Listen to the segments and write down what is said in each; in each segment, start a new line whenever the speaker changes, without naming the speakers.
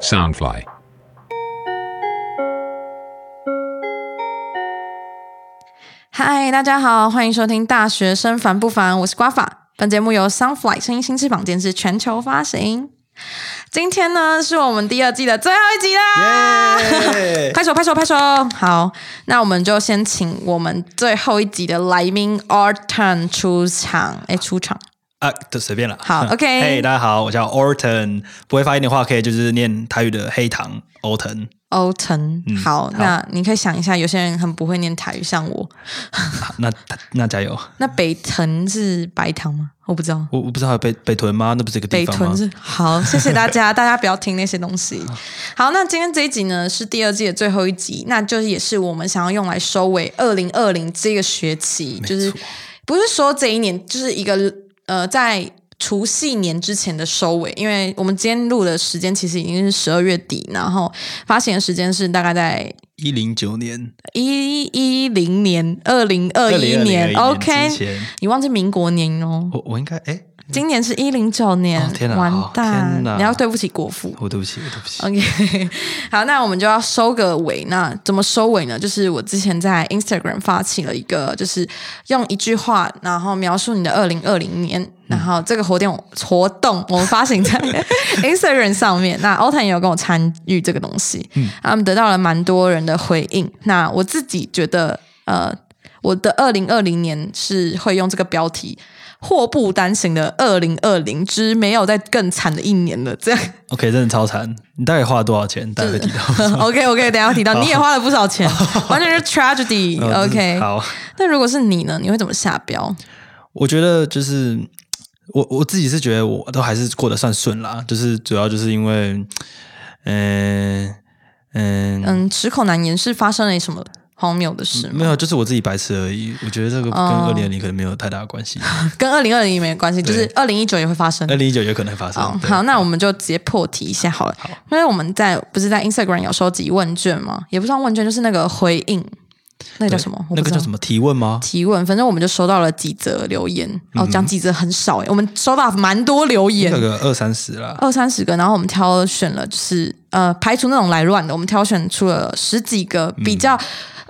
Soundfly.
嗨，大家好，欢迎收听《大学生烦不烦》，我是瓜法。本节目由 Sunfly 声音新翅膀监制，全球发行。今天呢，是我们第二季的最后一集啦！
耶
拍手，拍手，拍手！好，那我们就先请我们最后一集的来宾 Orton 出场，哎，出场。
啊，就随便了。
好 OK
嘿、大家好，我叫 Orton，不会发音的话，可以就是念台语的黑糖 Orton。
Orton，、
嗯
好
好，
那你可以想一下，有些人很不会念台语，像我。
好那那加油！
那北藤是白糖吗？我不知道。
我我不知道北北屯吗？那不是一个地
北
方吗
屯？是好，谢谢大 家，大家不要听那些东西。好，那今天这一集呢是第二季的最后一集，那就是也是我们想要用来收尾二零二零这个学期，就是不是说这一年，就是一个呃在。除夕年之前的收尾，因为我们今天录的时间其实已经是十二月底，然后发行的时间是大概在
一零九年，
一一零年、二零二一
2021
年
年之
，OK？
前
你忘记民国年哦，
我我应该哎，
今年是一零九年，
哦天哪
完
哦
蛋
天，哪
你要对不起国父。
哦我对不起，我对不起。
哦 OK，好， 那我们就要收个尾。那怎么收尾呢？就是我之前在 Instagram 发起了一个，就是用一句话，然后描述你的二零二零年。然后这个活动活动我们发行在 Instagram 上面，那欧腾也有跟我参与这个东西，他们得到了蛮多人的回应。那我自己觉得，呃，我的二零二零年是会用这个标题“祸不单行的二零二零之没有再更惨的一年了”这样。
OK，真的超惨。你大概花了多少钱？大概会提到。
OK OK，等一下提到你也花了不少钱，完全是 tragedy
呃。
OK，
好，
那如果是你呢？你会怎么下标？
我觉得就是嗯我我自己是觉得我都还是过得算顺啦，就是主要就是因为，嗯嗯
嗯，矢口难言是发生了什么荒谬的事吗？
没有，就是我自己白痴而已。我觉得这个跟
哦
二零二零可能没有太大的关系，
跟二零二零没关系，就是二零一九也会发生
嗯二。零一九有可能发生。
哦，
对
好，那我们就直接破题一下好了，因为我们在不是在 Instagram 有收集问卷吗？也不算问卷，就是那个回应，那个叫什么？我
那
不知
个叫
道
什么提问吗？
提问，反正我们就收到了几则留言。哦，讲几则很少耶，欸我们收到蛮多留言
那，嗯个二三十啦，
二三十个，然哦后我们挑选了，就是呃，排除那种来乱的，我们挑选出了十几个比较、
嗯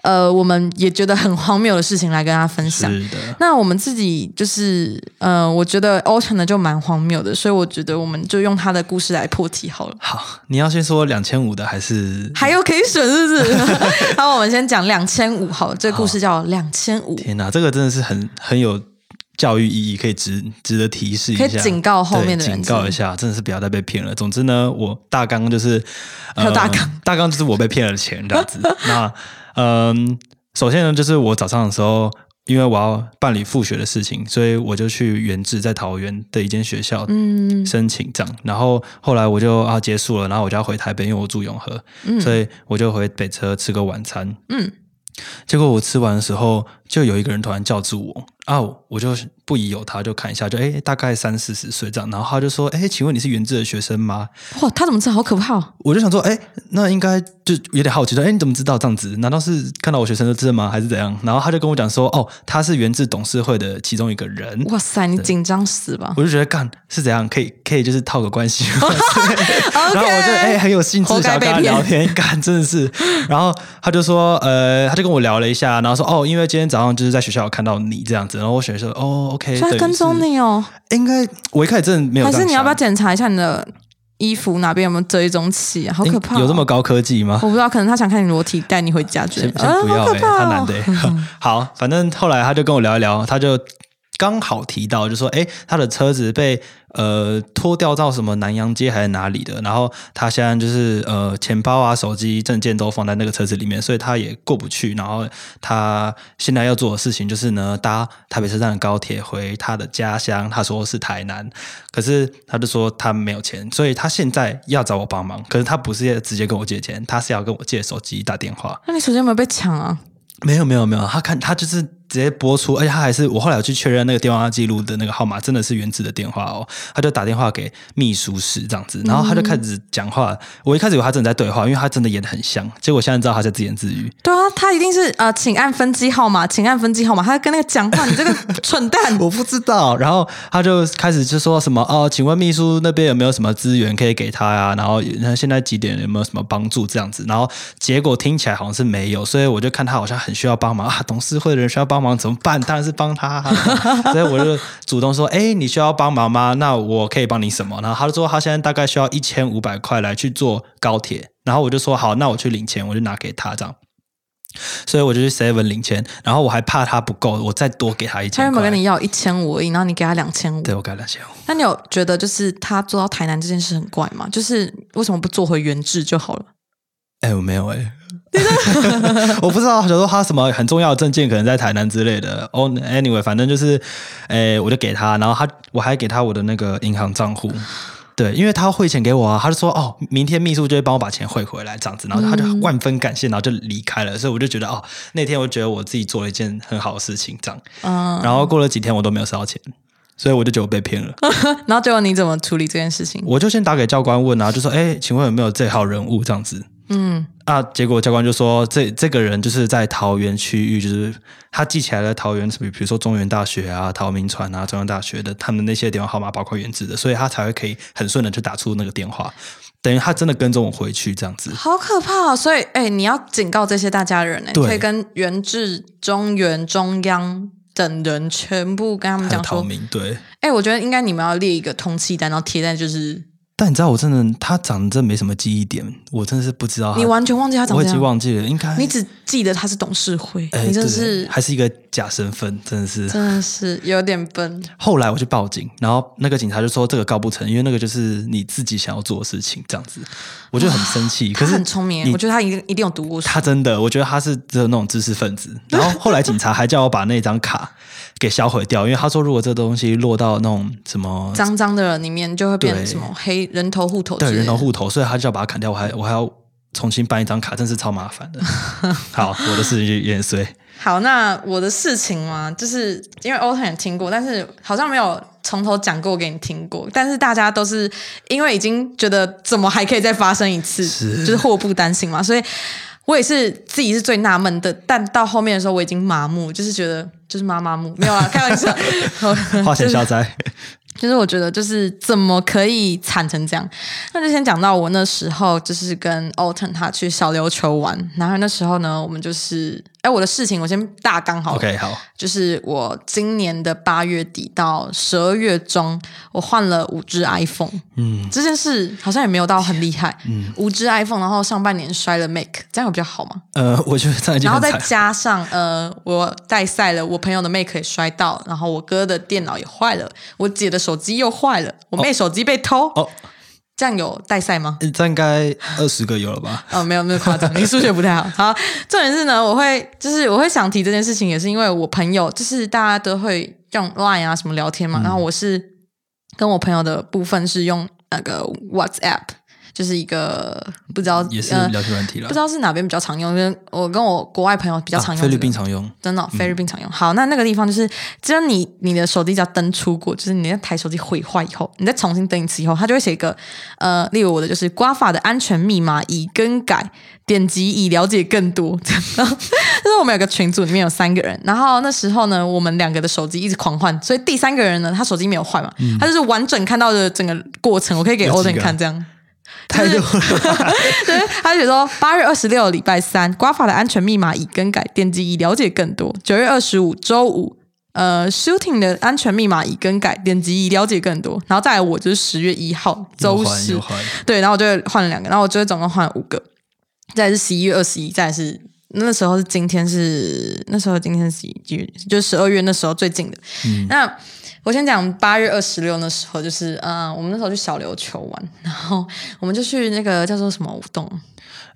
呃，我们也觉得很荒谬的事情来跟大家分享。
是的。
那我们自己就是呃，我觉得 Ocean 的就蛮荒谬的，所以我觉得我们就用他的故事来破题好了。
好，你要先说两千五的还是？
还有可以选是不是？ 好，我们先讲两千五，好了，这个故事叫两千五，
天哪，这个真的是很很有教育意义，可以值值得提示一
可
下，
以警告后面的
对
人
警告一下，真的是不要再被骗了。总之呢，我大纲就是，呃
还有大纲，
大纲就是我被骗了钱这样 子。那嗯，首先呢，就是我早上的时候。因为我要办理复学的事情，所以我就去原治在桃园的一间学校
嗯
申请这样。然后后来我就啊结束了，然后我就要回台北，因为我住永和，
嗯
所以我就回北车吃个晚餐。
嗯，
结果我吃完的时候，就有一个人突然叫住我啊，我就不疑有他，就看一下，就哎，大概三四十岁这样。然后他就说：“哎，请问你是原治的学生吗
哇，他怎么这好可怕、哦？”？
我就想说：“哎，那应该就有点好奇说，哎，你怎么知道这样子？难道是看到我学生就知道吗？还是怎样？”然后他就跟我讲说：“哦，他是原治董事会的其中一个人。”
哇塞，你紧张死吧
我就觉得干是怎样，可以可以就是套个关系吗，
？OK，
然后我就哎、很有兴致
活
想
该
要
被
跟
骗
他聊天，干真的是。然后他就说，呃，他就跟我聊了一下，然后说，哦，因为今天早上就是在学校有看到你这样子，然后我选说，哦，OK，
所以
等
他
于
跟踪
是，
你哦。
应该我一开始真的没有
还
这样想，
是你要不要检查一下你的衣服哪边有没有追踪器啊？好可怕哦、
有这么高科技吗？
我不知道，可能他想看你裸体，带你回家之类
先
的。
先不
啊
要、
好
欸，
可怕、哦
他男的、 欸。好，反正后来他就跟我聊一聊，他就刚好提到，就说，哎、他的车子被呃拖掉到什么南洋街还是哪里的，然后他现在就是呃钱包啊、手机、证件都放在那个车子里面，所以他也过不去。然后他现在要做的事情就是呢，搭台北车站的高铁回他的家乡，他说是台南，可是他就说他没有钱，所以他现在要找我帮忙，可是他不是直接跟我借钱，他是要跟我借手机打电话。
那你手机有没有被抢啊？
没有没有没有，他看他就是直接拨出，而且他还是我后来有去确认那个电话记录的那个号码真的是原子的电话哦，他就打电话给秘书室这样子，然后他就开始讲话。我一开始以为他真的在对话，因为他真的演的很像，结果现在知道他在自言自语。
对啊，他一定是呃，请按分机号码，请按分机号码。他在跟那个讲话，你这个蠢蛋！
我不知道，然后他就开始就说什么哦，请问秘书那边有没有什么资源可以给他呀、啊然后那现在几点有没有什么帮助这样子？然后结果听起来好像是没有，所以我就看他好像很需要帮忙啊，董事会的人需要帮忙怎么办？当然是帮他、啊，所以我就主动说，哎，你需要帮忙吗？哦那我可以帮你什么？然后他就说他现在大概需要一千五百块来去坐高铁，然后我就说好，那我去领钱，我就拿给他这样。所以我就去 Seven 领钱，然后我还怕他不够，我再多给他一
他
千
原
块。
本跟你要一千五而已，然后你给他两千五。
对我改两哦千五。
那你有觉得就是他做到台南这件事很怪吗？就是为什么不做回原制就好了？
哎、我没有哎、 我不知道，想说他什么很重要的证件可能在台南之类的。哦、a n y w a y 反正就是，哎、我就给他，然后他我还给他我的那个银行账户。对，因为他汇钱给我啊，他就说哦，明天秘书就会帮我把钱汇回来这样子，然后他就万分感谢，然后就离开了。所以我就觉得哦，那天我觉得我自己做了一件很好的事情，这样。
嗯，
然后过了几天我都没有收到钱，所以我就觉得我被骗了。
然后结果你怎么处理这件事情？
我就先打给教官问啊，就说：“哎，请问有没有这号人物？”这样子。嗯啊，结果教官就说：“这这个人就是在桃园区域，就是他记起来了桃园，比比如说中原大学啊、桃民传啊、中央大学的他们那些电话号码，包括原子的，所以他才会可以很顺的就打出那个电话，等于他真的跟踪我回去这样子。
好可怕、哦！所以，哎、你要警告这些大家的人、哎，
对
可以跟原制、中原、中央等人全部跟他们
还
讲
有桃
说，
民对，
哎、我觉得应该你们要列一个通气单，然后贴在就是
但你知道我真的他长得真没什么记忆点，我真的是不知道他
你完全忘记他长
啊我
这
已经
样，
忘记了，应该
你只记得他是董事会，
哎
你真的
对
是
还是一个假身份，真的是
真的是有点笨。
后来我去报警，然后那个警察就说这个告不成，因为那个就是你自己想要做的事情，这样子，我就很生气。可
他
是
很聪明，
你
我觉得他一定一定有读过书。
他真的，我觉得他是只有那种知识分子。然后后来警察还叫我把那张卡给销毁掉，因为他说如果这东西落到那种什么
脏脏的里面就会变成
对
什么黑人头户头之
对
类的
人头户头，所以他就要把它砍掉，我还我还要重新办一张卡，真是超麻烦 的。好，我的事情就有点衰。
好，那我的事情嘛，就是因为 Otan 也听过，但是好像没有从头讲过给你听过。但是大家都是因为已经觉得怎么还可以再发生一次，
是
就是祸不单行嘛，所以我也是自己是最纳闷的。但到后面的时候，我已经麻木，就是觉得就是麻麻木，没有啊，开 玩笑，
花钱消灾，
就是我觉得，就是怎么可以惨成这样？那就先讲到我那时候，就是跟 Alton 他去小琉球玩，然后那时候呢，我们就是，哎，我的事情我先大纲好了
OK，好，
就是我今年的八月底到十二月中，我换了五只 iPhone，
嗯，
这件事好像也没有到很厉害，嗯，五只 iPhone，然后上半年摔了 Make，这样有比较好吗？
呃，我觉得这样已经
然后
很
再
惨。
加上呃，我带赛了，我朋友的 Mac 也摔到，然后我哥的电脑也坏了，我姐的手机又坏了，我妹手机被偷。
哦
这样有带赛吗？
这应该二十个有了吧？
哦，没有那么夸张，你数学不太好。好，重点是呢，我会就是我会想提这件事情，也是因为我朋友就是大家都会用 Line 啊什么聊
嗯
天嘛，然后我是跟我朋友的部分是用那个 WhatsApp，就是一个不知道
也是
呃
聊天软体了
不知。道是哪边比较常用，因为我跟我国外朋友比较常用、
啊菲律宾 常用，
真的哦、菲律宾常用。好，那那个地方就是，只要你你的手机只要登出过，就是你那台手机毁坏以后，你再重新登一次以后，它就会写一个呃，例如我的就是刮法的安全密码已更改，点击以了解更多。 这样然后就是我们有个群组，里面有三个人，然后那时候呢，我们两个的手机一直狂换，所以第三个人呢，他手机没有坏嘛，他就是完整看到的整个过程，我可以给
有几个
Oden 看这样。
太
就是
多了吧。
对，他就写说八月二十六礼拜三，刮法的安全密码已更改，点击以了解更多。九月二十五周五，呃，shooting 的安全密码已更改，点击以了解更多。然后再来我就是十月一号周
又换
十
又，换
对，然后我就换了两个，然后我就总共换了五个，再来是十一月二十一，再来是。那时候是今天是那时候今天是几几月？就十二月那时候最近的。
嗯
那我先讲八月二十六那时候，就是嗯、呃我们那时候去小琉球玩，然后我们就去那个叫做什么舞洞，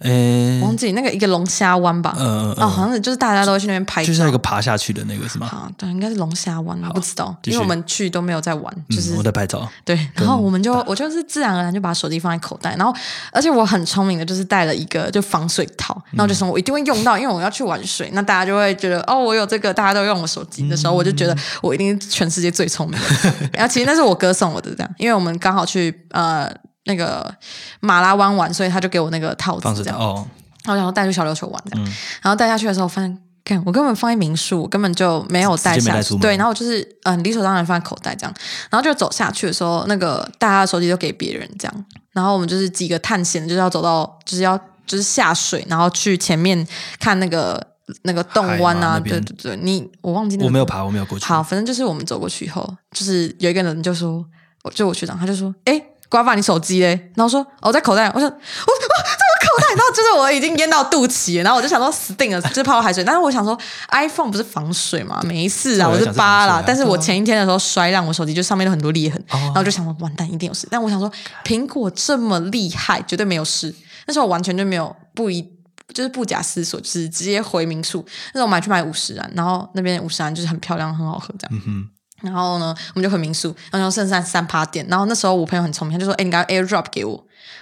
诶，
忘记那个一个龙虾湾吧？
嗯嗯
哦，好像是就是大家都会去那边拍照，
就是那个爬下去的那个是吗？
啊，对，应该是龙虾湾，我不知道，
继续
因为我们去都没有在玩，就是
嗯、我在拍照。
对，然后我们就我就是自然而然就把手机放在口袋，然后而且我很聪明的，就是带了一个就防水套，
嗯
然后就说我一定会用到，因为我要去玩水，那大家就会觉得哦，我有这个，大家都用我手机的时
嗯
候，我就觉得我一定是全世界最聪明 的。然后其实那是我哥送我的，这样，因为我们刚好去呃那个马拉湾玩，所以他就给我那个套
放
子
水
这样，
哦，
然后然后带去小琉球玩这
嗯
样，然后带下去的时候发现。看，我根本放在民宿，我根本就没有带
直接没
下
带出
去。
门
对，然后我就是嗯、理所当然放在口袋这样，然后就走下去的时候，那个大家的手机都给别人这样，然后我们就是几个探险，就是要走到，就是要就是下水，然后去前面看那个那个洞湾
海吗
啊，
那
对
边
对对，你我忘记那个
我没有爬，我没有过去。
好，反正就是我们走过去以后，就是有一个人就说，我就我学长，他就说，哎、瓜爸，你手机嘞？然后说，哦，在口袋。我想，我我在我口袋，然后就是我已经淹到肚脐了，然后我就想说死定了，就是泡海水。但是我想说，iPhone 不是防水嘛，没事啊，
对
我就
想是
扒
防水
啦
啊。哦
但是
对
我
啊
前一天的时候摔烂我手机，就上面有很多裂痕，然后就想说完蛋，一定有事。但我想说，苹果这么厉害，绝对没有事。那时候我完全就没有不一。就是不假思索，就是直接回民宿。那时候我们还去买五十兰，然后那边五十兰就是很漂亮，很好喝这样。
嗯
然后呢，我们就回民宿，然后剩下三趴点。然后那时候我朋友很聪明，他就说：“哎、你赶快 airdrop 给我。”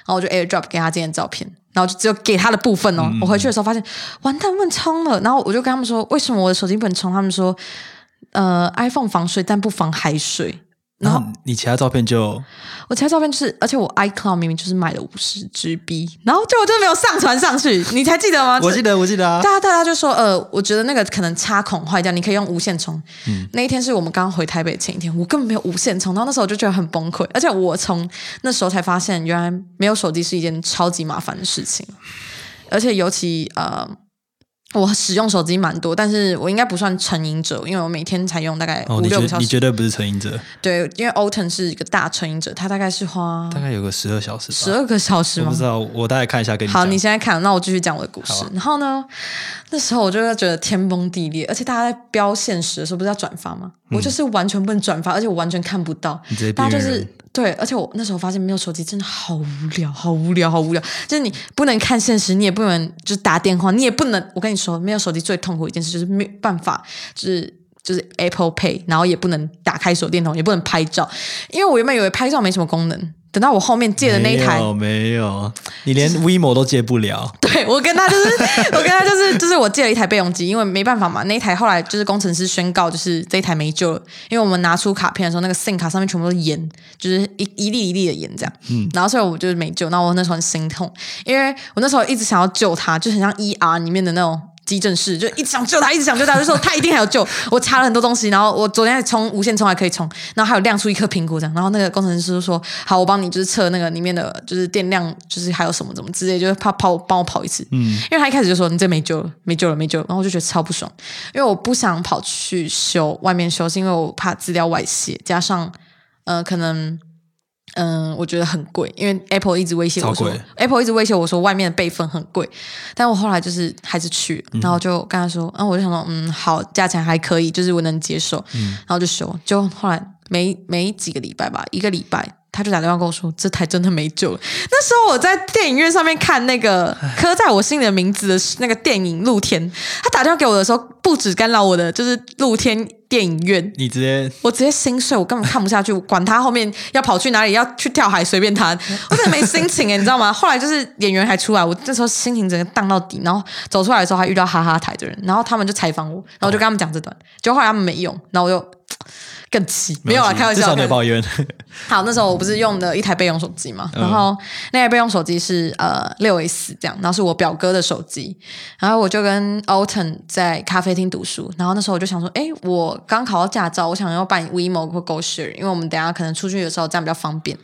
然后我就 airdrop 给他今天的照片，然后就只有给他的部分哦。
嗯
我回去的时候发现，完蛋，问充了。然后我就跟他们说：“为什么我的手机不能充？”他们说：“呃，iPhone 防水，但不防海水。”
然后你其他照片就
我其他照片就是，而且我 iCloud 明明就是买了五十 GB，然后结果就没有上传上去，你才记得吗？
我记得，我记得啊
大。家大家就说，呃，我觉得那个可能插孔坏掉，你可以用无线充。
嗯
那一天是我们刚回台北前一天，我根本没有无线充，然后那时候我就觉得很崩溃，而且我从那时候才发现，原来没有手机是一件超级麻烦的事情，而且尤其呃。我使用手机蛮多，但是我应该不算成瘾者，因为我每天才用大概
哦，
五
你
六个
绝
小
你
时。
绝对不是成瘾者，
对，因为 Oten 是一个大成瘾者，他大概是花
大概有个十二小时吧。
十二个小时
我
吗
不？知道，我大概看一下跟你
好，
讲
你现在看，那我继续讲我的故事。
好啊
然后呢，那时候我就觉得天崩地裂，而且大家在标现实的时候不是要转发吗？
嗯
我就是完全不能转发，而且我完全看不到
你直接。
大家就
边缘
是
人
对，而且我那时候发现没有手机真的好无聊， 好无聊，好无聊。就是你不能看现实，你也不能就是打电话，你也不能。我跟你说，没有手机最痛苦的一件事就是没有办法，就是。就是 Apple Pay，然后也不能打开手电筒，也不能拍照，因为我原本以为拍照没什么功能，等到我后面借的那一台
没有没有，你连 WeMo 都接不了。
对我跟他就是，我跟他就是，就是我借了一台备用机，因为没办法嘛，那一台后来就是工程师宣告，就是这一台没救了，因为我们拿出卡片的时候，那个 SIM 卡上面全部都是盐，就是一一粒一粒的盐这样，嗯，然后所以我就是没救，那我那时候很心痛，因为我那时候一直想要救他，就很像 ER 里面的那种。急诊室就一直想救他，一直想救他，就说他一定还有救。我查了很多东西，然后我昨天还充无线充还可以充，然后还有亮出一颗苹果这样。然后那个工程师就说：“好，我帮你就是测那个里面的就是电量，就是还有什么怎么之类，就是怕跑帮我跑一次。”嗯，因为他一开始就说：“你这没救了，没救了，没救了。”然后我就觉得超不爽，因为我不想跑去修外面修，是因为我怕资料外泄，加上呃可能。嗯，我觉得很贵，因为 Apple 一直威胁我
超
说
贵
，Apple 一直威胁我说外面的备份很贵，但我后来就是还是去了，然后就跟他说，然后我就想说，嗯，好，价钱还可以，就是我能接受，然后就修。就后来没没几个礼拜吧，一个礼拜，他就打电话跟我说，这台真的没救了。那时候我在电影院上面看那个刻在我心里的名字的那个电影《露天》，他打电话给我的时候，不止干扰我的，就是露天电影院。
你直接
我直接心碎，我根本看不下去，我 管他后面要跑去哪里，要去跳海，随便他，我真的没心情哎、你知道吗？后来就是演员还出来，我那时候心情整个荡到底，然后走出来的时候还遇到哈哈台的人，然后他们就采访我，然后我就跟他们讲这段，结果后来他们没用，然后我就更气，没有啦，啊
关系
开玩
至
笑
少，没
开
有
玩笑
抱怨。
好，那时候我不是用的一台备用手机嘛，然后那台备用手机是呃六 S 这样，然后是我表哥的手机，然后我就跟 Alton 在咖啡厅读书，然后那时候我就想说，诶，我刚考到驾照，我想要办 WeMo 或 GoShare，因为我们等一下可能出去的时候这样比较方便。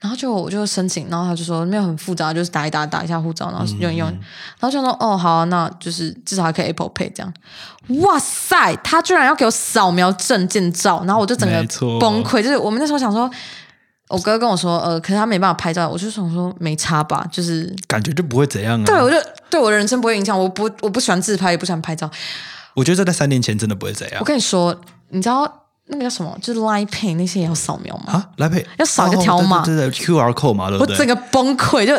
然后就我就申请，然后他就说没有很复杂，就是打一打打一下护照，然后
嗯
用一用，然后就说哦好啊、那就是至少还可以 Apple Pay 这样。哇塞，他居然要给我扫描证件照，然后我就整个
没错
崩溃。就是我们那时候想说，我哥跟我说呃，可是他没办法拍照，我就想说没差吧，就是
感觉就不会怎样啊。
对我就对我的人生不会影响，我不我不喜欢自拍，也不喜欢拍照。
我觉得这在三年前真的不会怎样
我跟你说，你知道那个叫什么，就是 Line Pay 那些也要扫描吗？
啊。来配
要扫一个条码
对对对，QR code 嘛，对不
我
对？
整个崩溃，就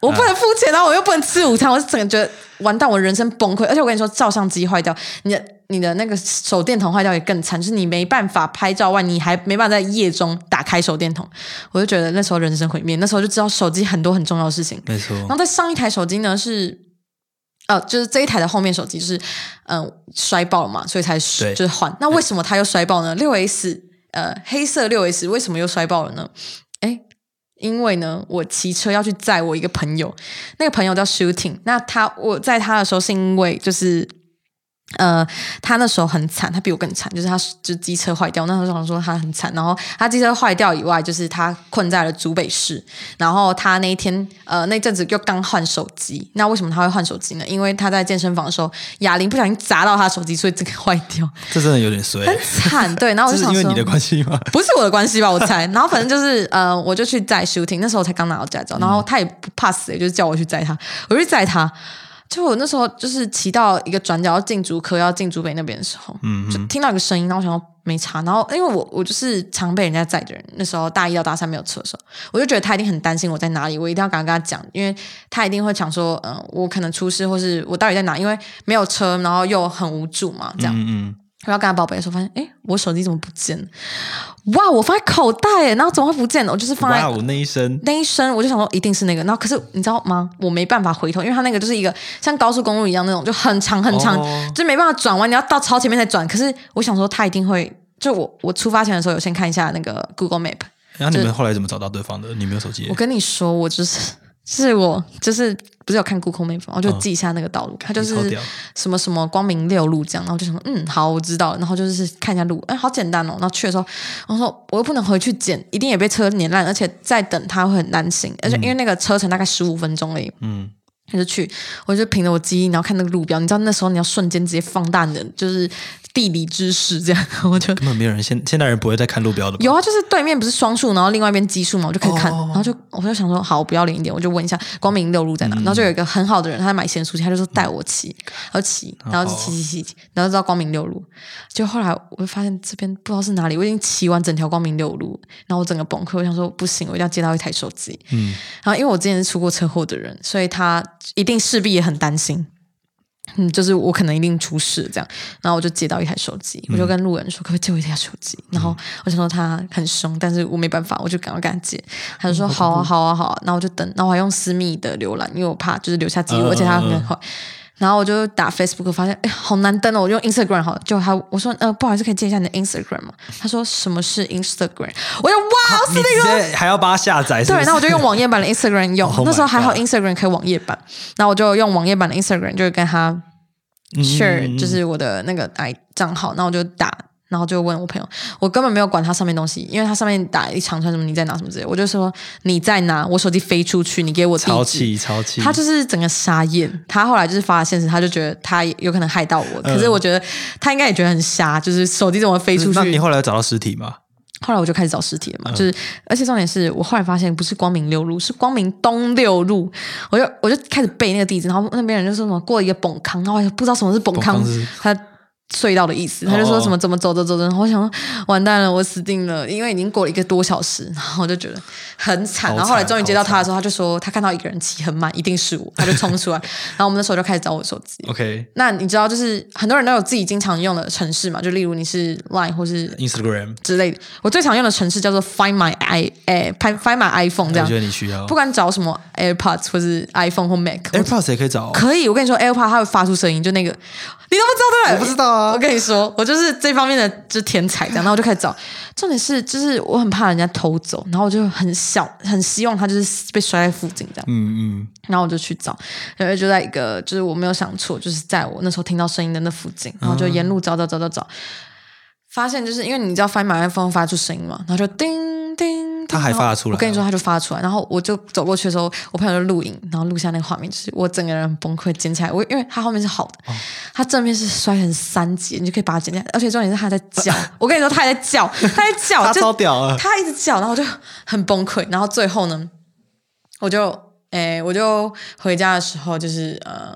我不能付钱，然后我又不能吃午餐，我是整个觉得完蛋，我人生崩溃。而且我跟你说，照相机坏掉，你的你的那个手电筒坏掉也更惨，就是你没办法拍照外，你还没办法在夜中打开手电筒。我就觉得那时候人生毁灭，那时候就知道手机很多很重要的事情。
没错，
然后在上一台手机呢是，呃，就是这一台的后面手机就是嗯、呃摔爆了嘛，所以才
对
就是换。那为什么它又摔爆呢？六 S 呃黑色六 S 为什么又摔爆了呢？哎，因为呢我骑车要去载我一个朋友，那个朋友叫 Shooting，那他我载他的时候是因为就是。呃，他那时候很惨，他比我更惨，就是他就机车坏掉。那时候想说他很惨，然后他机车坏掉以外，就是他困在了竹北市。然后他那一天呃那阵子又刚换手机，那为什么他会换手机呢？因为他在健身房的时候哑铃不小心砸到他手机，所以这个坏掉，
这真的有点衰。
很惨。对，然后我
这
就是想
因为
说
你。的关 系吗？
不是我的关系吧，我猜。然后反正就是呃，我就去载 shooting，那时候我才刚拿到驾照，然后他也不怕死，也就是叫我去载他，我去载他。就我那时候就是骑到一个转角要进竹科，要进竹北那边的时候，就听到一个声音，然后我想说没差，然后因为我我就是常被人家载的人，那时候大一到大三没有车的时候，我就觉得他一定很担心我在哪里，我一定要赶快跟他讲，因为他一定会想说，嗯、我可能出事，或是我到底在哪，因为没有车，然后又很无助嘛，这样。
嗯
然后跟他报备的时候，发现哎，诶我手机怎么不见了？哇，我放在口袋诶，然后怎么会不见了？我就是
嗯，
放在
哇哦，那一声
那一声，我就想说一定是那个。然后可是你知道吗？我没办法回头，因为它那个就是一个像高速公路一样那种，就很长很长，
哦
就没办法转弯，你要到超前面才转。可是我想说，他一定会。就我我出发前的时候，有先看一下那个 Google Map。
然后你们后来怎么找到对方的？你没有手机
我？跟你说，我就是是我就是不是有看 Google Map，吗我就
嗯
记一下那个道路，它就
你超
是
屌
什么什么光明六路这样，然后我就想说，嗯，好，我知道了，然后就是看一下路，哎，好简单哦。然后去的时候，我说我又不能回去捡，一定也被车碾烂，而且再等他会很担心，而且因为那个车程大概十五分钟而已，
嗯，
他就去，我就凭着我记忆，然后看那个路标，你知道那时候你要瞬间直接放大你的就是地理知识这样， 我就
根本没有人现现代人不会再看路标的吧。
有啊，就是对面不是双数，然后另外一边奇数嘛，我就可以看，
哦
然后就我就想说，好，我不要脸一点，我就问一下光明六路在
嗯
哪。然后就有一个很好的人，他在买咸酥鸡，他就说带我骑，然后骑，
哦
然后就骑骑骑，骑然后就到光明六路。就后来我就发现这边不知道是哪里，我已经骑完整条光明六路，然后我整个崩溃，我想说不行，我一定要接到一台手机。
嗯，
然后因为我之前是出过车祸的人，所以他一定势必也很担心。嗯，就是我可能一定出事这样，然后我就借到一台手机，
嗯
我就跟路人说可不可以借我一台手机？然后我想说他很凶，但是我没办法，我就赶快跟他借。他
嗯
就说好啊好啊好啊，然后我就等，然后我还用私密的浏览，因为我怕就是留下记录，
嗯
而且他
嗯嗯
很坏。然后我就打 Facebook，发现哎好难登哦，我就用 Instagram 好了，就他我说呃不好意思，可以借一下你的 Instagram 吗？他说什么是 Instagram？我就哇，
你直接还要帮他下载，是不
对，
是
那我就用网页版的 Instagram 用
Oh my
那时候还好
God
Instagram 可以网页版，那我就用网页版的 Instagram 就跟他 share，、
嗯
就是我的那个 i 账号，那我就打，然后就问我朋友，我根本没有管他上面东西，因为他上面打一长串什么你在哪什么之类的，我就说你在哪，我手机飞出去，你给我地址
超。气超气，
他就是整个傻眼，他后来就是发了现实，他就觉得他有可能害到我，
嗯
可是我觉得他应该也觉得很瞎，就是手机怎么飞出去？
那你后来有找到尸体吗？
后来我就开始找尸体了
嗯
嘛，就是，而且重点是我后来发现不是光明六路，是光明东六路，我就我就开始背那个地址，然后那边人就说什么过一个崩康，然后我也不知道什么是崩康
崩康是，哦
他隧道的意思，他就说什么怎么走走走走，然后我想说完蛋了，我死定了，因为已经过了一个多小时，然后我就觉得很惨，
好惨
然后后来终于接到他的时候，他就说他看到一个人骑很慢，一定是我，他就冲 出来，然后我们那时候就开始找我手机。
OK。
那你知道，就是很多人都有自己经常用的城市嘛，就例如你是 Line 或是
Instagram，
之类的。我最常用的程式叫做 Find My i 哎、Find Find My iPhone 这
我
样
觉，得你需要
不。管找什么 AirPods 或是 iPhone 或 Mac，我
AirPods 也可以找哦，
可以。我跟你说 AirPods 它会发出声音，就那个你都不知道对不对？
我不知道啊
我跟你说，我就是这方面的就是天才这样，然后我就开始找。重点是，就是我很怕人家偷走，然后我就很想很希望它就是被摔在附近这样。
嗯嗯，
然后我就去找，然后就在一个就是我没有想错，就是在我那时候听到声音的那附近，然后就
嗯
沿路找找找找找，发现就是因为你知道 Find My iPhone 发出声音嘛，然后就叮叮，
它还
然后
发得出来
我跟你说，
哦
它就发出来，然后我就走过去的时候，我朋友就录影，然后录下那个画面，就是我整个人崩溃，捡起来，我因为它后面是好
哦
的，它正面是摔成三截，你就可以把它捡起来，而且重点是它还在 叫，我跟你说它还在叫，它在叫，
他
就
超屌啊！
他一直叫，然后我就很崩溃。然后最后呢，我就诶、我就回家的时候，就是呃，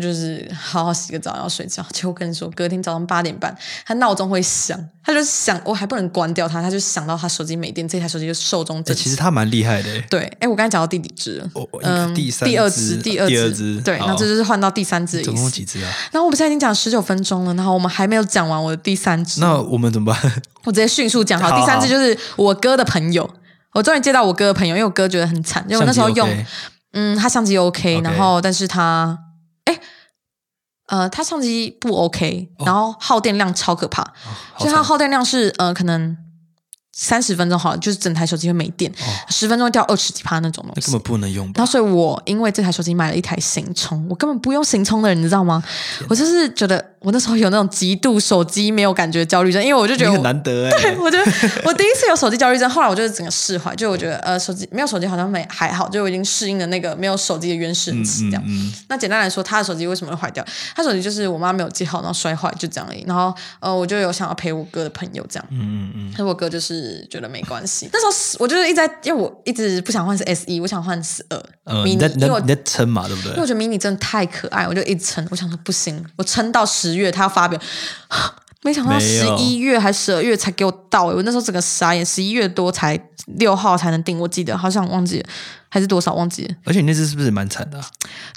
就是好好洗个澡，然后睡觉。结果我跟你说，隔天早上八点半，他闹钟会响，他就响，我还不能关掉它，他就响到他手机没电，这台手机就寿终
欸
正寝。
其实他蛮厉害的欸。
对，哎，我刚才讲到第几只了？
我我
嗯，
第三
第二只，
只
第
第二
二
只
对，
好
那这就是换到第三只的
总
意
共
思。
几只啊？
然后我们现在已经讲十九分钟了，然后我们还没有讲完我的第三只，
那我们怎么办？
我直接迅速讲
好
好。第三只
好
就是我哥的朋友，我终于接到我哥的朋友，因为我哥觉得很惨，因为我那时候
相机
用
OK 哦
嗯，他相机 OK，,
OK
然后但是他，哎，呃，他相机不 OK，、然后耗电量超可怕，
哦好
所以它
惨
耗电量是呃，可能三十分钟好了，就是整台手机会没电，十、分钟会掉二十几趴那种东
哦那根
西
本。不能用吧
然？后，所以我因为这台手机买了一台行充，我根本不用行充的人，你知道吗？我就是觉得我那时候有那种极度手机没有感觉焦虑症，因为我就觉得
你很
我
难 得哎。
我觉得我第一次有手机焦虑症，后来我就是整个释怀，就我觉得呃，手机没有手机好像没还好，就我已经适应了那个没有手机的原始
嗯
期
嗯
这样。
嗯，
那简单来说，他的手机为什么会坏掉？他手机就是我妈没有记好，然后摔坏，就这样而已。然后呃，我就有想要陪我哥的朋友这样，
嗯嗯嗯，
可我哥就是觉得没关系。那时候是我就是一直在，因为我一直不想换是 S 一，我想换十二
呃，你
mini，
在你
因为
在
我
你在撑嘛，对不
因为
对
我？觉得迷你真的太可爱，我就一直撑，我想说不行，我撑到十月它要发表，没想到
没
十
有
一月还十二月才给我到、欸，我那时候整个傻眼，十一月多才六号才能订，我记得好像忘记了还是多少忘记了，
而且你那只是不是蛮惨的啊？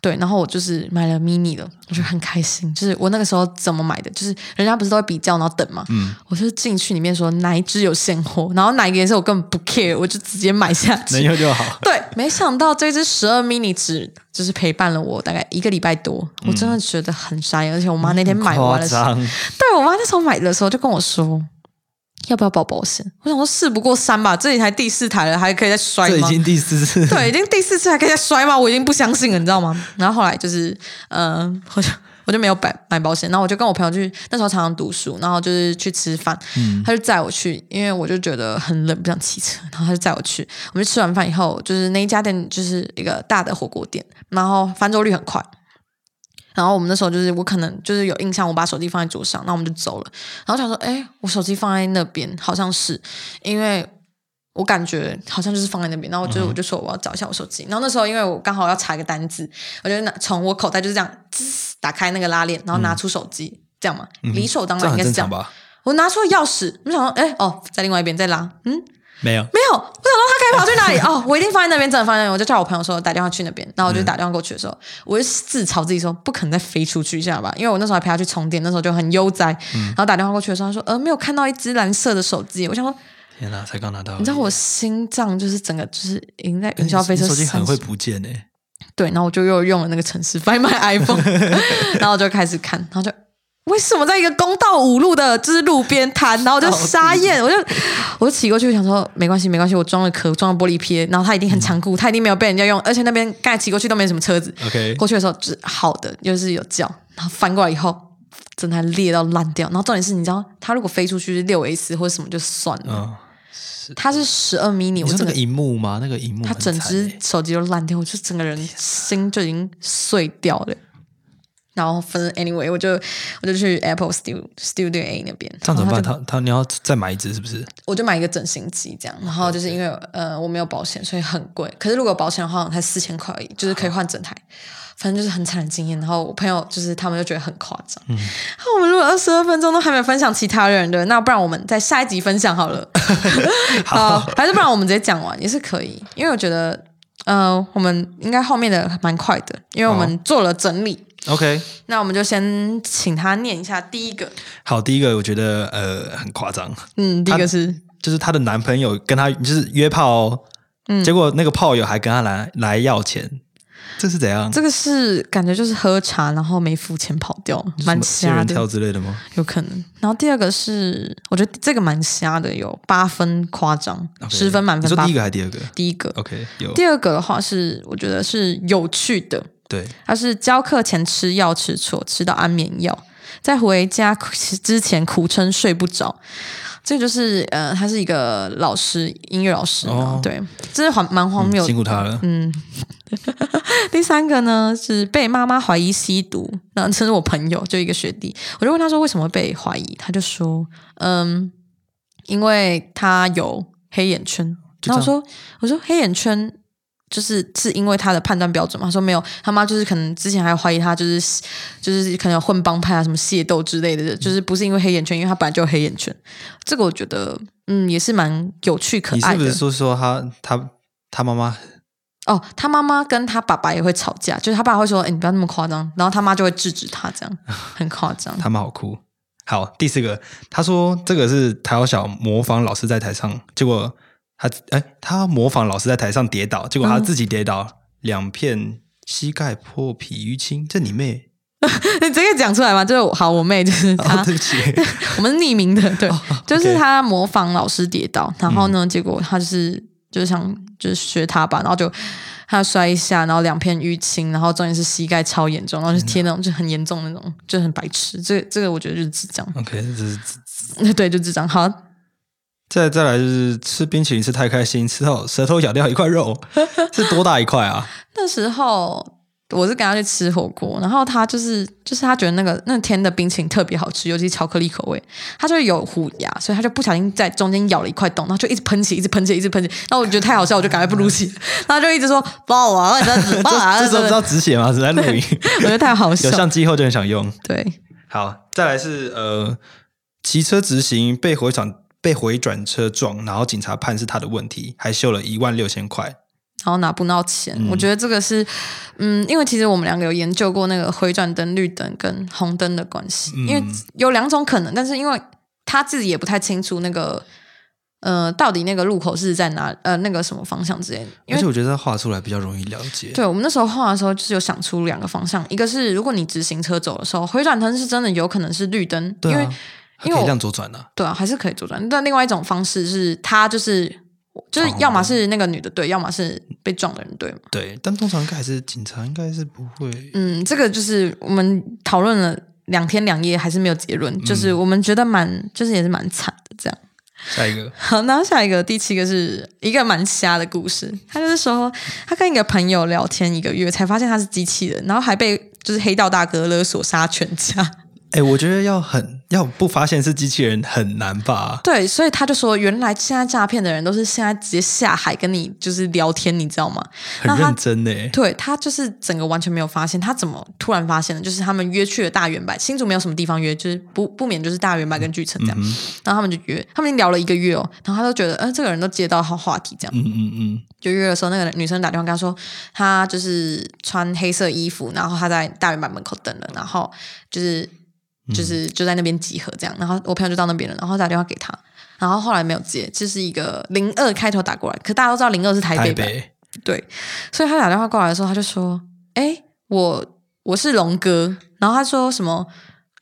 对，然后我就是买了 mini 了，我就很开心，就是我那个时候怎么买的，就是人家不是都会比较然后等嘛，我就是进去里面说哪一只有现货，然后哪一个颜色我根本不 care，我就直接买下去，
能用就好。
对，没想到这只十二 mini 只就是陪伴了我大概一个礼拜多，我真的觉得很傻眼。而且我妈那天买完
嗯 夸
的时候，
张，
对我妈那时候买的时候就跟我说。要不要保保险？我想说事不过三吧，这里才第四台了，还可以再摔
这已
吗？
经第四 次。
对，已经第四次还可以再摔吗？我已经不相信了，你知道吗？然后后来就是，嗯，我就我就没有买买保险，然后我就跟我朋友去，那时候常常读书，然后就是去吃饭，他就载我去，因为我就觉得很冷，不想骑车，然后他就载我去。我们就吃完饭以后，就是那一家店就是一个大的火锅店，然后翻桌率很快。然后我们那时候就是我可能就是有印象，我把手机放在桌上，那我们就走了。然后想说，哎，我手机放在那边，好像是因为我感觉好像就是放在那边。然后
嗯
我就、我就说我要找一下我手机。然后那时候因为我刚好要查一个单字，我就拿从我口袋就是这样滋打开那个拉链，然后拿出手机，这样嘛，理所当
嗯这
然应
很
该是
正
这样
常。吧？
我拿出了钥匙，我想说，哎、哦，在另外一边再拉，嗯，没
没
有，
有，
我想说他可以跑去 哪里？哦，我一定放在那边，真的放在那边。我就叫我朋友说打电话去那边，然
嗯
后我就打电话过去的时候，我就自嘲自己说不可能再飞出去一下吧，因为我那时候还陪他去充电，那时候就很悠哉。
嗯
然后打电话过去的时候，他说呃没有看到一只蓝色的手机，我想说
天哪，才刚拿到。哎
你知道我心脏就是整个就是已经在云
你
霄飞车
手机很
30
会不见哎，
对，然后我就又用了那个城市 Find My iPhone，然后我就开始看，然后就为什么在一个公道五路的就是路边摊，然后我就傻眼，我就我就骑过去想说没关系没关系，我装了壳，装了玻璃片，然后它一定
嗯
很顽固，它一定没有被人家用，而且那边刚才骑过去都没什么车子
OK
过去的时候就是好的，就是有叫，然后翻过来以后。真的还裂到烂掉，然后重点是，你知道，它如果飞出去六 S 或者什么就算了，
嗯，
它是十二 mini，
你
我
说
整
那
个
个荧幕吗？那个荧幕
他
很惨
整
欸，
只手机都烂掉，我就整个人心就已经碎掉了。然后反正 anyway，我就我就去 Apple Studio Studio A 那边，
这样怎
然
么
后他
办？
就
他他你要再买一只是不 是？
我就买一个整形机这样。
哦
然后就是因为呃我没有保险，所以很贵。可是如果有保险的话，好像才四千块而已，就是可以换整台。反正就是很惨的经验。然后我朋友就是他们就觉得很夸张。嗯，我们录了二十二分钟都还没分享其他人的，那不然我们在下一集分享好了。好，还是不然我们直接讲完也是可以，因为我觉得，呃，我们应该后面的蛮快的，因为我们做了整理。
OK，
那我们就先请他念一下第一个，
好，第一个我觉得呃很夸张，
嗯，第一个是
就是她的男朋友跟她就是约炮、哦，
嗯
结果那个炮友还跟她来来要钱，这是怎样？
这个是感觉就是喝茶然后没付钱跑掉，蛮
仙
瞎
人跳
的，
之类的吗？
有可能。然后第二个是，我觉得这个蛮瞎的，有八分夸张，
OK，
十分满
你
分
说
八
第一
分
个。还是第二个
第一个，
？OK，有
第二个的话是，我觉得是有趣的，
对，
他是教课前吃药吃错，吃到安眠药，在回家之前苦撑睡不着。这就是呃，他是一个老师，音乐老师嘛，
哦
对，这是荒蛮荒谬的。
嗯辛苦她了。
嗯 第三个呢是被妈妈怀疑吸毒，那这是我朋友，就一个学弟，我就问他说为什么被怀疑，他就说，嗯，因为他有黑眼圈。
就这
然
样
后我说，我说黑眼圈就是是因为他的判断标准嘛？他说没有，他妈就是可能之前还怀疑他就是就是可能有混帮派啊，什么械斗之类
嗯
的，就是不是因为黑眼圈，因为他本来就有黑眼圈。这个我觉得，嗯，也是蛮有趣可
你
爱
是
的。
不是说说他他他妈妈
哦，他妈妈跟他爸爸也会吵架，就是他爸会说：“哎、你不要那么夸张。”然后他妈就会制止他，这样很夸张。
他们好哭。好，第四个，他说这个是台小小模仿老师在台上，结果他哎，他模仿老师在台上跌倒，结果
嗯
他自己跌倒，两片膝盖破皮淤青，这你妹！
你这个讲出来吗？就是我好，我妹就是
啊、
她，
对不起，
我们是匿名的，对，就是她模仿老师跌倒，然后
嗯
呢，结果她就是就是想就是学她吧，然后就她摔一下，然后两片淤青，然后重点是膝盖超严重，然后就贴那种就很严重那种，就很白痴。这这个我觉得就是智障，
OK，这是这
对，就智障。好，
再再来就是吃冰淇淋吃太开心，吃到舌头咬掉一块肉，是多大一块 啊？
那时候我是跟他去吃火锅，然后他就是就是他觉得那个那天的冰淇淋特别好吃，尤其是巧克力口味，他就有虎牙，所以他就不小心在中间咬了一块洞，然后就一直喷血，一直喷血，一直喷血。然后我觉得太好笑，我就赶快不撸起，然后就一直说爆啊，然后爆啊，
呃这这时候
然
知
后
道止血吗？只在录 影，
我觉得太好
有
笑，
相机后就很想用。
对，
好，再来是呃，骑车直行被回转被回转车撞，然后警察判是他的问题，还修了一万六千块。
然后拿不到钱，我觉得这个是，嗯，因为其实我们两个有研究过那个回转灯、绿灯跟红灯的关系，
嗯
因为有两种可能，但是因为他自己也不太清楚那个，呃，到底那个路口是在哪，呃，那个什么方向之类的，因
而
为
且我觉得他画出来比较容易了解。
对我们那时候画的时候，就是有想出两个方向，一个是如果你直行车走的时候，回转灯是真的有可能是绿灯，
对
因
啊
为，
它
因为
可
我
以这样左转啊。
对啊，还是可以左转。但另外一种方式是，他就是就是
闯红
要么
灯
是那个女的对，要么是被撞的人对嘛。
对，但通常应该还是警察应该是不会。
嗯，这个就是我们讨论了两天两夜，还是没有结论。就是我们觉得蛮，就是也是蛮惨的这样。
下一个，
好，然后下一个第七个是一个蛮瞎的故事。他就是说，他跟一个朋友聊天一个月，才发现他是机器人，然后还被就是黑道大哥勒索杀全家。
哎，我觉得要很要不发现是机器人很难吧？
对，所以他就说，原来现在诈骗的人都是现在直接下海跟你就是聊天，你知道吗？那
很
他
认真欸呢。
对他就是整个完全没有发现，他怎么突然发现的？就是他们约去了大圆柏，新竹没有什么地方约，就是不不免就是大圆柏跟巨城
嗯
这样。然后他们就约，他们已经聊了一个月哦，然后他都觉得，嗯、这个人都接到好话题这样。
嗯嗯嗯，
就约的时候，那个女生打电话跟他说，她就是穿黑色衣服，然后她在大圆板门口等了，然后就是
嗯
就是就在那边集合这样，然后我朋友就到那边了，然后打电话给他，然后后来没有接，这、是一个零二开头打过来，可大家都知道零二是台
台
北吧？
北
对，所以他打电话过来的时候，他就说：“哎，我我是龙哥。”然后他说什么？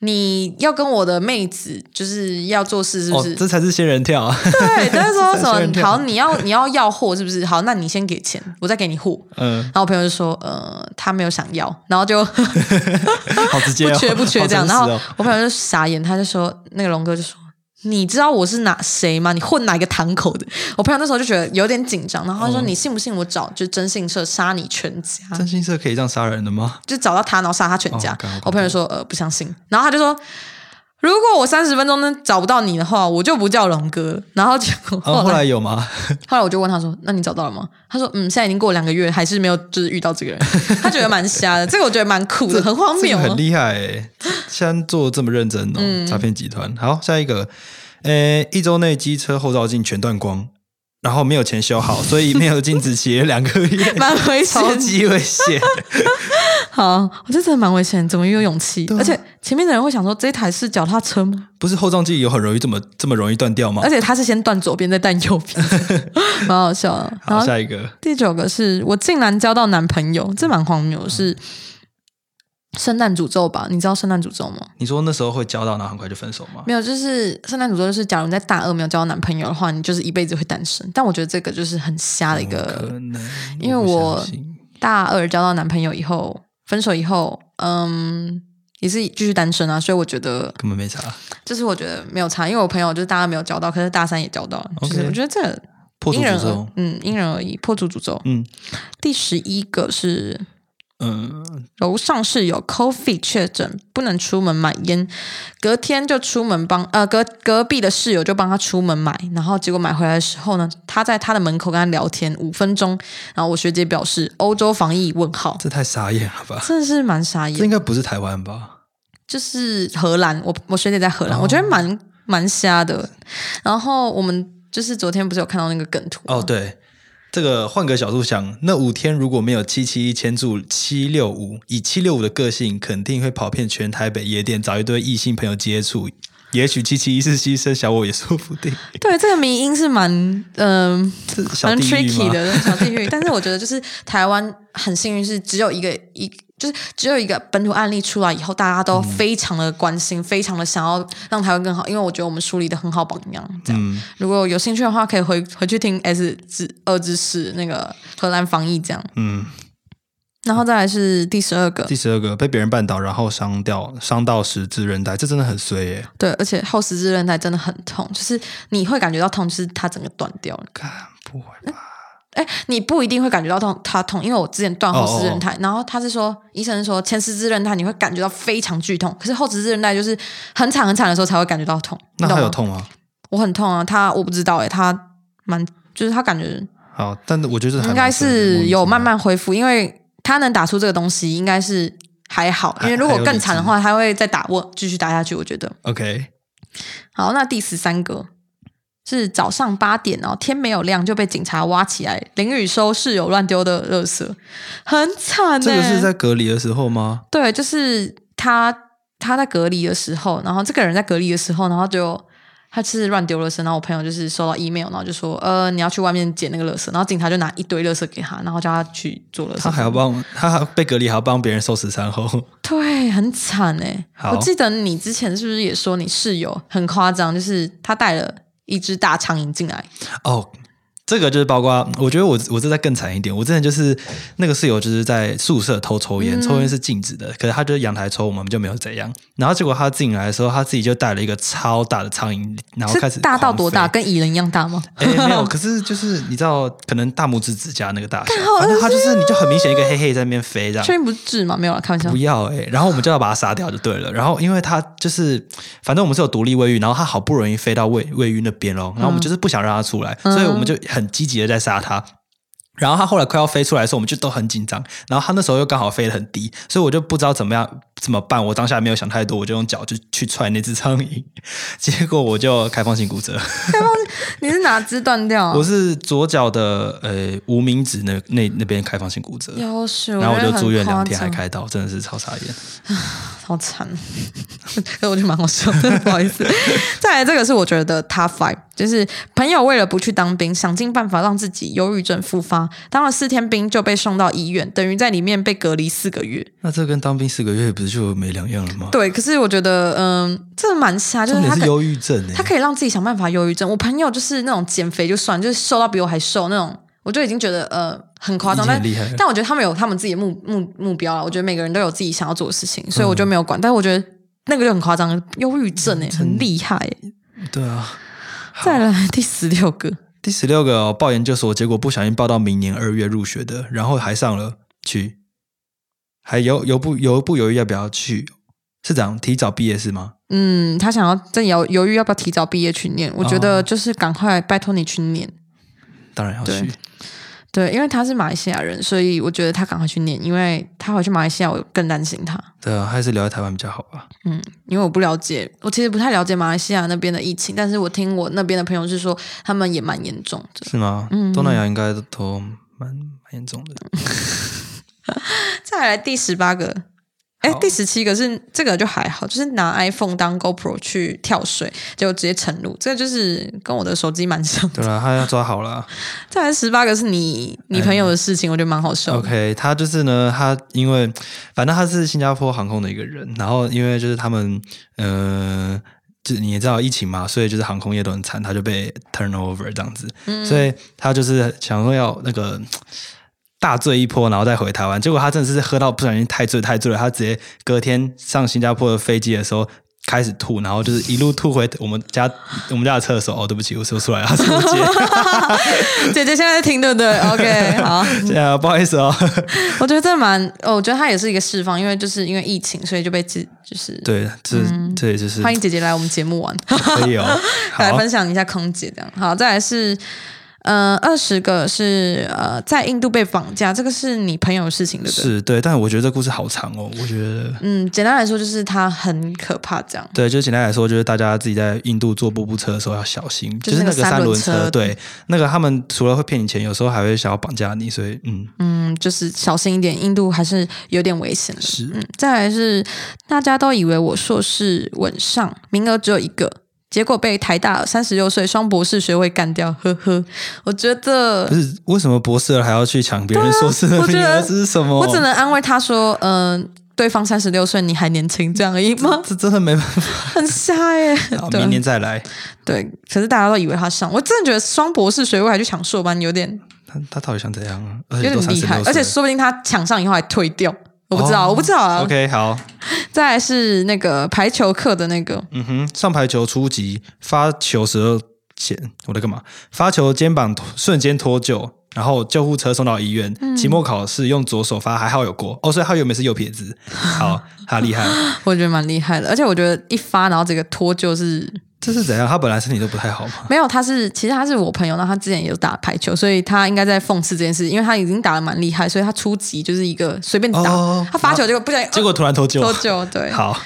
你要跟我的妹子就是要做事，是不
哦
是？，
这才是仙人跳啊。
对，他就说
这是
什
很
么？
跳
好，你要你要要货是不是？好，那你先给钱，我再给你货。
嗯，
然后我朋友就说：“呃，他没有想要。”然后就不
好直 接哦，
缺不缺这样。然
好
后
诚实哦
我朋友就傻眼，他就说：“那个龙哥就说。”你知道我是哪谁吗？你混哪一个堂口的？我朋友那时候就觉得有点紧张，然后他说：“
哦
你信不信我找就征信社杀你全家？”
真心社可以这样杀人的吗？
就找到他，然后杀他全家。
哦干好恐怖
我朋友说呃不相信，然后他就说。如果我三十分钟呢找不到你的话，我就不叫龙哥。然后结果后
然后哦啊后
来
来有吗？
后来我就问他说：“那你找到了吗？”他说：“嗯，现在已经过两个月，还是没有就是遇到这个 人。”他觉得蛮瞎的，这个我觉得蛮酷的，很荒
这
谬
个很
哦。，
厉害、欸，现在做得这么认真哦，诈骗集团。好，下一个，呃，一周内机车后照镜全断光，然后没有钱修好，所以没有镜子骑了两个月
蛮危险
超
的，
级 危险。
好，我觉得真的蛮危险，怎么又有勇气？
啊
而且前面的人会想说，这台是脚踏车吗？
不是后照镜有很容易这么这么容易断掉吗
而？且他是先断左边，再断右 边，蛮好笑的。然
好，
后
下一个，
第九个是我竟然交到男朋友，这蛮荒谬的，是圣诞诅咒吧？你知道圣诞诅咒吗？
你说那时候会交到，然后很快就分手吗？
没有，就是圣诞诅咒，就是假如你在大二没有交到男朋友的话，你就是一辈子会单身。但我觉得这个就是很瞎的一
不哦嗯可
个，
能，
因为
我不
我
相信
大二交到男朋友以后，分手以后，嗯，也是继续单身啊。所以我觉得，
根本没查，
就是我觉得没有差，因为我朋友就是大二没有交到，可是大三也交到了，就是
OK
我觉得这个
破除
因人
诅
而
咒。
嗯因人而异，破除诅咒。
嗯，
第十一个是
嗯，
楼上室友 Coffee 确诊，不能出门买烟，隔天就出门帮呃隔隔壁的室友就帮他出门买，然后结果买回来的时候呢，他在他的门口跟他聊天五分钟，然后我学姐表示欧洲防疫问号，
这太傻眼了吧？
真的是蛮傻
这
眼，
应该不是台湾吧？
就是荷兰，我我学姐在
哦
荷兰，我觉得蛮蛮瞎的。然后我们就是昨天不是有看到那个梗图吗
哦，，对，这个换个角度想，那五天如果没有七七一牵住七六五，以七六五的个性，肯定会跑遍全台北夜店，找一堆异性朋友接触。也许七七一是牺牲小我也说不定，
对，这个迷音是蛮嗯。
这是小
蛮
地狱
tricky
吗？
的小地狱。但 是我觉得就是台湾很幸运，是只有一个一。就是只有一个本土案例出来以后，大家都非常的关心，非常的想要让台湾更好，因为我觉得我们树立的很好榜样。这样，
嗯
如果有兴趣的话，可以回回去听 S 之二之四那个荷兰防疫这样。
嗯，
然后再来是第十二个，
第十二个被别人绊倒，然后伤掉伤到十字韧带，这真的很衰耶、
对，而且后十字韧带真的很痛，就是你会感觉到痛，就是它整个断掉了。
看不会吧？
哎，你不一定会感觉到痛，它痛，因为我之前断后十字韧
哦
带，然后他是说，医生是说前十字韧带你会感觉到非常剧痛，可是后十字韧带就是很惨很惨的时候才会感觉到痛。
那
你嗯懂吗
他有？痛吗？
我很痛啊，他我不知道哎、他蛮就是他感觉
好，但我觉得这还
应
蛮
该
衰的莫名
是
其
有
妙
慢慢恢复，因为他能打出这个东西，应该是还好，因为如果
还有理
更惨的话，他会再打我继续打下去，我觉得。
OK，
好，那第十三个是早上八点哦，天没有亮就被警察挖起来淋雨收室友乱丢的垃圾，很惨、欸。
这个是在隔离的时候吗？
对，就是他他在隔离的时候，然后这个人在隔离的时候，然后就他是乱丢垃圾，然后我朋友就是收到 email，然后就说呃你要去外面捡那个垃圾，然后警察就拿一堆垃圾给他，然后叫他去做垃圾。
他还要帮他还被隔离，还要帮别人收拾善后。
对，很惨哎、
好
我记得你之前是不是也说你室友很夸张，就是他带了一只大苍蝇进来，
哦，这个就是包括，我觉得我我这再更惨一点。我之前就是那个室友就是在宿舍偷抽
嗯
烟，抽烟是禁止的，可是他就是阳台抽，我们就没有怎样。然后结果他进来的时候，他自己就带了一个超大的苍蝇，然后开始
是大到
狂
多大？
飞？
跟蚁人一样大吗？
哎，没 有，可是就是你知道，可能大拇指指甲那个大小，反正他就是你就很明显一个
哦
黑黑在那边飞这样
确。定不是痣吗？没有了，开玩笑
啊不。要 哎、然后我们就要把它杀掉就对了。然后因为它就是，反正我们是有独立卫浴，然后它好不容易飞到卫卫浴那边咯，
嗯
然后我们就是不想让它出来，所以我们就很积极的在杀它。然后它后来快要飞出来的时候，我们就都很紧张。然后它那时候又刚好飞得很低，所以我就不知道怎么样怎么办。我当下没有想太多，我就用脚就去踹那只苍蝇， 结果我就开放性骨折。
你是哪只断掉、啊
我？是左脚的呃无名指那那那边开放性骨折，
要死！
然后我
觉得
就
很
住院两
夸
天还
张，
开刀，真的是超傻眼。
好惨。 可我就蛮好笑的，不好意思。 再来这个是我觉得 top five，就是朋友为了不去当兵，想尽办法让自己忧郁症复发，当了四天兵就被送到医院，等于在里面被隔离四个月。
那这跟当兵四个月不是就没两样了吗？
对，可是我觉得，嗯，这蛮瞎，就是
哦重点
他
是
可
忧郁症哎、
他可以让自己想办法忧郁症。我朋友就是那种减肥就算，就是瘦到比我还瘦那种，我就已经觉得呃很夸张，
已经很
但
厉害了
但我觉得他们有他们自己的目目目标啊，我觉得每个人都有自己想要做的事
嗯
情，所以我就没有管。但我觉得那个就很夸张，忧郁
嗯
症哎、很厉害、欸。
对啊。
再来 第十六个，
第十六个、哦、报研究所，结果不小心报到明年二月入学的，然后还上了去，还犹犹不犹不犹豫要不要去？是这样，提早毕业是吗？
嗯，他想要正犹犹豫要不要提早毕业去念，我觉
哦
得就是赶快拜托你去念。
当然要去
对。对，因为他是马来西亚人，所以我觉得他赶快去念，因为他回去马来西亚，我更担心他。
对啊，还是留在台湾比较好吧。
嗯，因为我不了解，我其实不太了解马来西亚那边的疫情，但是我听我那边的朋友是说，他们也蛮严重的。
是吗？嗯，东南亚应该都蛮蛮严重的。
再来第十八个，哎，
好
第十七个是这个就还好，就是拿 iPhone 当 GoPro 去跳水，结果直接沉入，这个就是跟我的手机蛮像的。
对啊啦、他要抓好了。
再来十八个是你你朋友的事情，我觉得蛮好笑的。
OK，他就是呢，他因为反正他是新加坡航空的一个人，然后因为就是他们呃，就你也知道疫情嘛，所以就是航空业都很惨，他就被 turn over 这样子，所以他就是想说要那个。嗯大醉一波，然后再回台湾。结果他真的是喝到不小心太醉太醉了，他直接隔天上新加坡的飞机的时候，开始吐，然后就是一路吐回我们家我们家的厕所。哦，对不起，我说出来了，是我姐。
姐姐现在在听对不对？OK，好，
啊， 不好意思哦。
我觉得这蛮，哦我觉得它也是一个释放，因为就是因为疫情，所以就被制，就是
对，这这也就是
欢迎姐姐来我们节目玩，
可 以哦。
来
好，
分享一下空姐这样。好，再来是。呃，二十个是呃，在印度被绑架，这个是你朋友的事情，对不对？
是对，但我觉得这故事好长哦。我觉得，
嗯，简单来说就是它很可怕，这样。
对，就简单来说，就是大家自己在印度坐步步车的时候要小心，
就是
是
那个
那个
三
三
轮
轮
车
对，那个他们除了会骗你钱，有时候还会想要绑架你，所以嗯，
嗯，就是小心一点，印度还是有点危险的。
是
嗯，再来是大家都以为我硕士稳上，名额只有一个，结果被台大三十六岁双博士学位干掉，呵呵。我觉得
不是为什么博士还要去抢别人硕士的
啊 我觉
名额？
得
这是什么？
我只能安慰他说，嗯、对方三十六岁，你还年轻，这样而已吗
？这真的没办法，
很瞎耶、
好明
对啊
年再来。
对，可是大家都以为他上，我真的觉得双博士学位还去抢硕班，有点
他他到底想怎样啊？而
有
且都
点
三
厉
十
害
六，
而且说不定他抢上以后还退掉，我不知道，
哦
我不知道啊。
OK 好，
再来是那个排球课的那个，
嗯哼，上排球初级发球时候前，我在干嘛？发球肩膀脱瞬间脱臼，然后救护车送到医院。
嗯
期末考试用左手发，还好有过。哦，所以他原本是右撇 子，好，他厉害。
我觉得蛮厉害的，而且我觉得一发然后这个脱臼是
这是怎样？他本来身体都不太好嘛。
没有，他是其实他是我朋友，那他之前也有打排球，所以他应该在讽刺这件事，因为他已经打的蛮厉害，所以他初级就是一个随便打，
哦
他发球结果不小心、
结果突然脱
呃脱
臼，
臼，对。
好，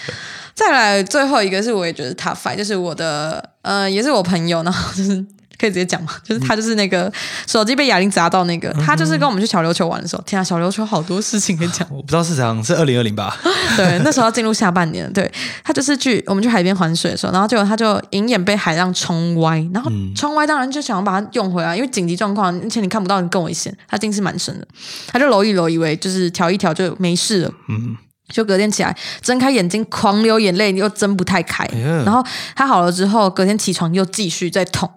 再来最后一个是我也觉得他 fight，就是我的呃也是我朋友，然后就是。 可以直接讲嘛，就是他就是那个手机被哑铃砸到那个，他就是跟我们去小琉球玩的时候，天啊，小琉球好多事情可以讲。
我不知道是怎样，是二零二零吧？
对，那时候要进入下半年了，对他就是去我们去海边玩水的时候，然后结果他就隐眼被海浪冲歪，然后冲歪当然就想要把它用回来，因为紧急状况，而且你看不到，你更危险。他近视蛮深的，他就揉一揉，以为就是调一调就没事了。
嗯，
就隔天起来，睁开眼睛狂流眼泪，又睁不太开。
哎呀
然后他好了之后，隔天起床又继续在痛。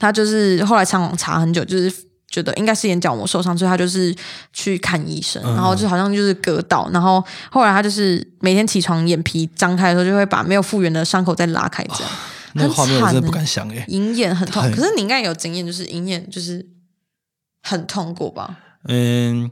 他就是后来上网查很久，就是觉得应该是眼角膜受伤，所以他就是去看医生，
嗯
然后就好像就是割到，然后后来他就是每天起床眼皮张开的时候，就会把没有复原的伤口再拉开，这样
那个画面我真的不
很惨
敢想哎、
隐眼很痛。
啊很
可是你应该有经验，就是隐眼就是很痛过吧？
嗯，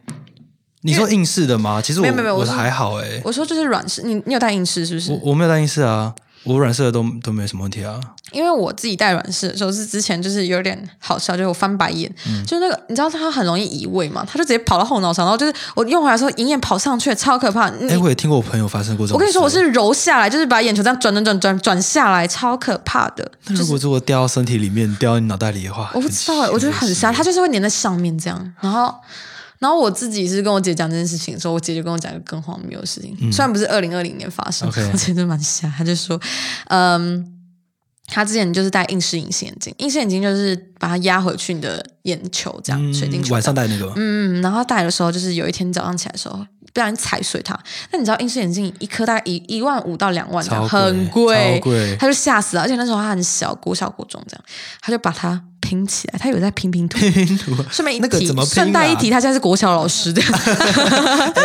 你说应试的吗？其实我
欸没有没有没有
我
我是
还好哎、
我说就是软式，你你有戴硬式是不是？
我我没有带应试啊，我软式的都都没有什么问题啊。
因为我自己戴软式的时候是之前就是有点好笑，就是我翻白眼，就是那个你知道它很容易移位嘛，它就直接跑到后脑勺，然后就是我用回来的时候，隐眼跑上去，超可怕。你
哎、我也听过我朋友发生过这种事。
我跟你说，我是揉下来，就是把眼球这样转转转转转下来，超可怕的。
那如果如果掉到身体里面，掉到你脑袋里的话，
我不知道、欸，我觉得很瞎，它就是会粘在上面这样。然后，然后我自己是跟我姐讲这件事情的时候，我姐就跟我讲一个更荒谬的事情，虽然不是二零二零年发生
嗯 OK
我姐就蛮瞎，她就说，嗯。她之前就是戴硬式隐形眼镜，隐形眼镜就是把它压回去你的眼球，这样、
嗯
水晶球
晚上戴那个吗，
嗯，然后戴的时候，就是有一天早上起来的时候，不小心踩碎它。那你知道近视眼镜一颗大概一一万五到两万这样，
超贵
很贵，
超贵
他就吓死了，而且那时候他很小，国小国中这样，他就把它拼起来，他有在拼拼图。
拼图
顺便一提，
那个怎么拼啊
顺带一提，他现在是国小老师的，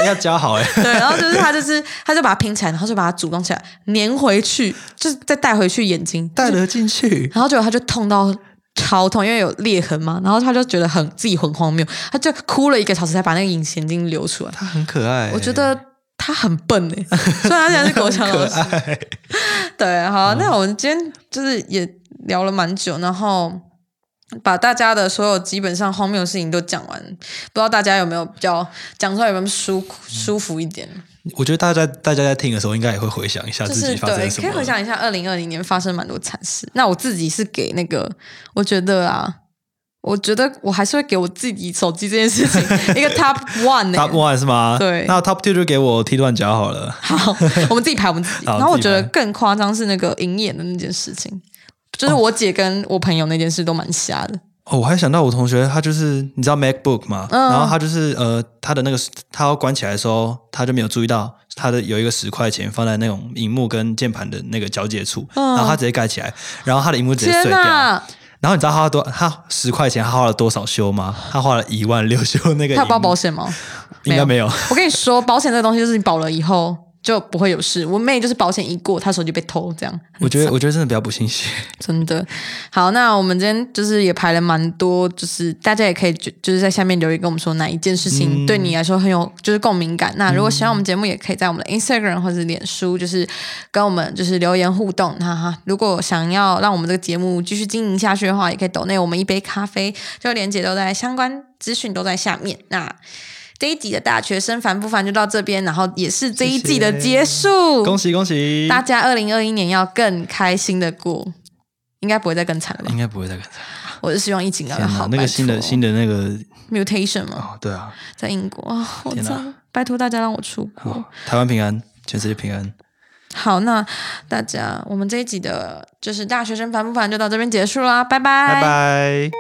要教好哎、
对，然后就是他就是他就把它拼起来，然后就把它组装起来，粘回去，就是再带回去眼睛，
戴了进去，
然后结果他就痛到超痛，因为有裂痕嘛，然后他就觉得很自己很荒谬，他就哭了一个小时才把那个隐形眼镜流出来。
它很可爱欸、
我觉得他很笨哎、 虽然他现在是国强老
可
师。
爱。嗯
对，好，那我们今天就是也聊了蛮久，然后把大家的所有基本上荒谬的事情都讲完，不知道大家有没有比较讲出来有没有舒
嗯
舒服一点？
我觉得大家大家在听的时候，应该也会回想一下
就
自
是
己发
对
生，什
可以
么。
回想一下，二零二零年发生蛮多惨事。那我自己是给那个，我觉得啊，我觉得我还是会给我自己手机这件事 情一个 top one 欸呢、
Top one 是吗？
对
那 Top two 就给我踢断脚好了。
好，我们自己排我们自己。
好
然后我
自
觉
己排
得更夸张是那个银眼的那件事情，就是我姐跟我朋友那件事都蛮瞎的。
哦，我还想到我同学，他就是你知道 MacBook 嘛，
嗯
然后他就是呃，他的那个他要关起来的时候，他就没有注意到他的有一个十块钱放在那种荧幕跟键盘的那个交界处，然后他直接盖起来，然后他的荧幕直
嗯
接
天
碎掉。
哪！
然后你知道他花多他十块钱他花了多少修吗？他花了一万六修那个荧幕，
他有包保险吗？
应该没有。
我跟你说，保险这个东西就是你保了以后，就不会有事。我妹就是保险一过，她手机被偷，这样
我觉得我觉得真的不要不信 邪。
真的。好，那我们今天就是也排了蛮多，就是大家也可以就就是在下面留言跟我们说哪一件事情对你来说很有就是共鸣感。那如果喜欢我们节目，也可以在我们的 Instagram 或者脸书，就是跟我们就是留言互动。哈哈，如果想要让我们这个节目继续经营下去的话，也可以抖内我们一杯咖啡，就连接都在相关资讯都在下面。那。这一集的大学生烦不烦就到这边，然后也是这一季的结束。
恭喜恭喜！
嗯大家二零二一年要更开心的过，应该不会再更惨了吧
应？该不会再跟他。
我是希望疫情赶快
嗯天
好
哪，。那个新的新
的
的那个
mutation 嘛，
哦，对啊，
在英国啊、我
天
真
哪
的拜托大家让我出国。
好，台湾平安，全世界平安。
好，那大家我们这一集的就是大学生烦不烦就到这边结束啦，拜
拜拜。